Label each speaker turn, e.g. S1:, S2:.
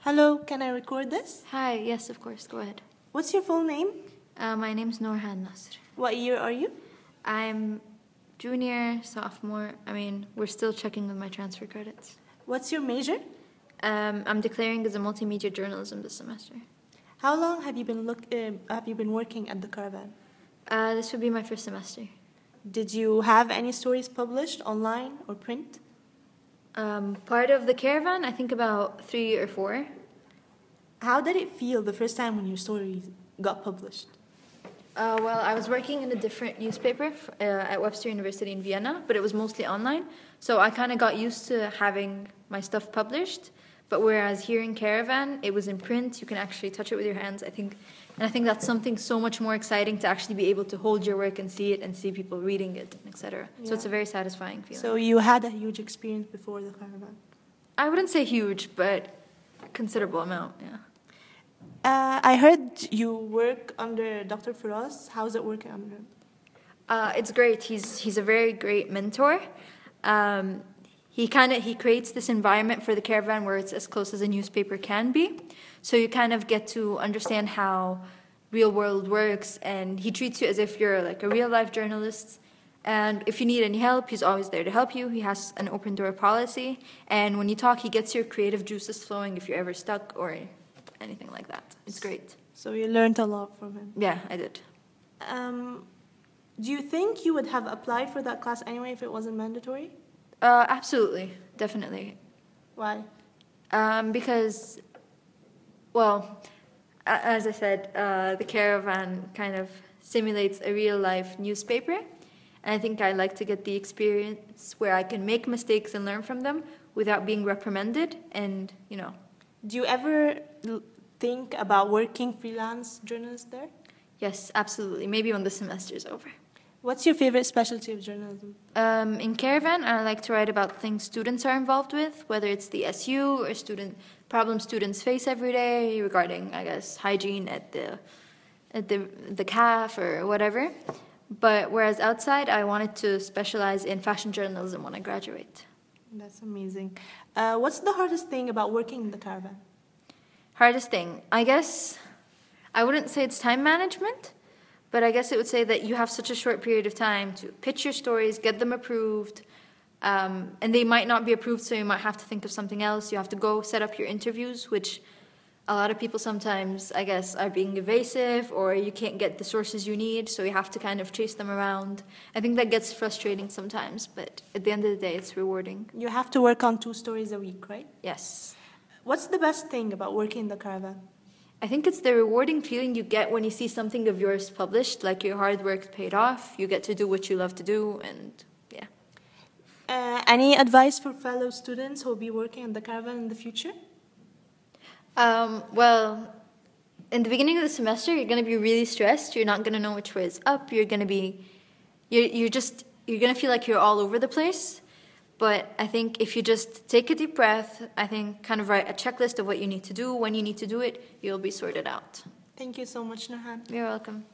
S1: Hello, can I record this?
S2: Hi, yes, of course, go ahead.
S1: What's your full name?
S2: Uh, my name's Norhan Nasr.
S1: What year are you?
S2: I'm junior, sophomore. I mean, we're still checking with my transfer credits.
S1: What's your major?
S2: Um, I'm declaring as a multimedia journalism this semester.
S1: How long have you been look uh, have you been working at the caravan?
S2: Uh, this would be my first semester.
S1: Did you have any stories published online or print?
S2: Um, part of the caravan, I think about three or four.
S1: How did it feel the first time when your stories got published?
S2: Uh, well, I was working in a different newspaper f- uh, at Webster University in Vienna, but it was mostly online. So I kind of got used to having my stuff published. But whereas here in Caravan, it was in print. You can actually touch it with your hands. I think, and I think that's something so much more exciting to actually be able to hold your work and see it and see people reading it, etc. So it's
S1: Yeah.
S2: a very satisfying feeling.
S1: So you had a huge experience before the caravan.
S2: I wouldn't say huge, but considerable amount. Yeah.
S1: Uh, I heard you work under Dr. Faraz. How's it working under him?
S2: Uh, it's great. He's he's a very great mentor. Um, he kind of he creates this environment for the caravan where it's as close as a newspaper can be. So you kind of get to understand how real world works, and he treats you as if you're like a real life journalist. And if you need any help, he's always there to help you. He has an open door policy, and when you talk, he gets your creative juices flowing if you're ever stuck or anything like that. It's great.
S1: So you learned a lot from him.
S2: Yeah, I did.
S1: Um, do you think you would have applied for that class anyway if it wasn't mandatory?
S2: Uh, absolutely, definitely.
S1: Why?
S2: Um, because, well, a- as I said, uh, the caravan kind of simulates a real life newspaper. And I think I like to get the experience where I can make mistakes and learn from them without being reprimanded. And, you know,
S1: Do you ever l- think about working freelance journalist there?
S2: yes, absolutely. Maybe when the semester's over.
S1: What's your favorite specialty of journalism?
S2: Um, in Caravan, I like to write about things students are involved with, whether it's the SU or student problems students face every day regarding, I guess, hygiene at the at the the calf or whatever. But whereas outside, I wanted to specialize in fashion journalism when I graduate.
S1: That's amazing. Uh, what's the hardest thing about working in the caravan?
S2: Hardest thing, I guess, I wouldn't say it's time management, but I guess it would say that you have such a short period of time to pitch your stories, get them approved, um, and they might not be approved, so you might have to think of something else. You have to go set up your interviews, which a lot of people sometimes, I guess, are being evasive or you can't get the sources you need, so you have to kind of chase them around. I think that gets frustrating sometimes, but at the end of the day, it's rewarding.
S1: You have to work on two stories a week, right?
S2: Yes.
S1: What's the best thing about working in the caravan?
S2: I think it's the rewarding feeling you get when you see something of yours published, like your hard work paid off, you get to do what you love to do, and yeah.
S1: Uh, any advice for fellow students who will be working in the caravan in the future?
S2: Um, well, in the beginning of the semester, you're going to be really stressed. You're not going to know which way is up. You're going to be, you're, you're just, you're going to feel like you're all over the place. But I think if you just take a deep breath, I think kind of write a checklist of what you need to do, when you need to do it, you'll be sorted out.
S1: Thank you so much, Nahan.
S2: You're welcome.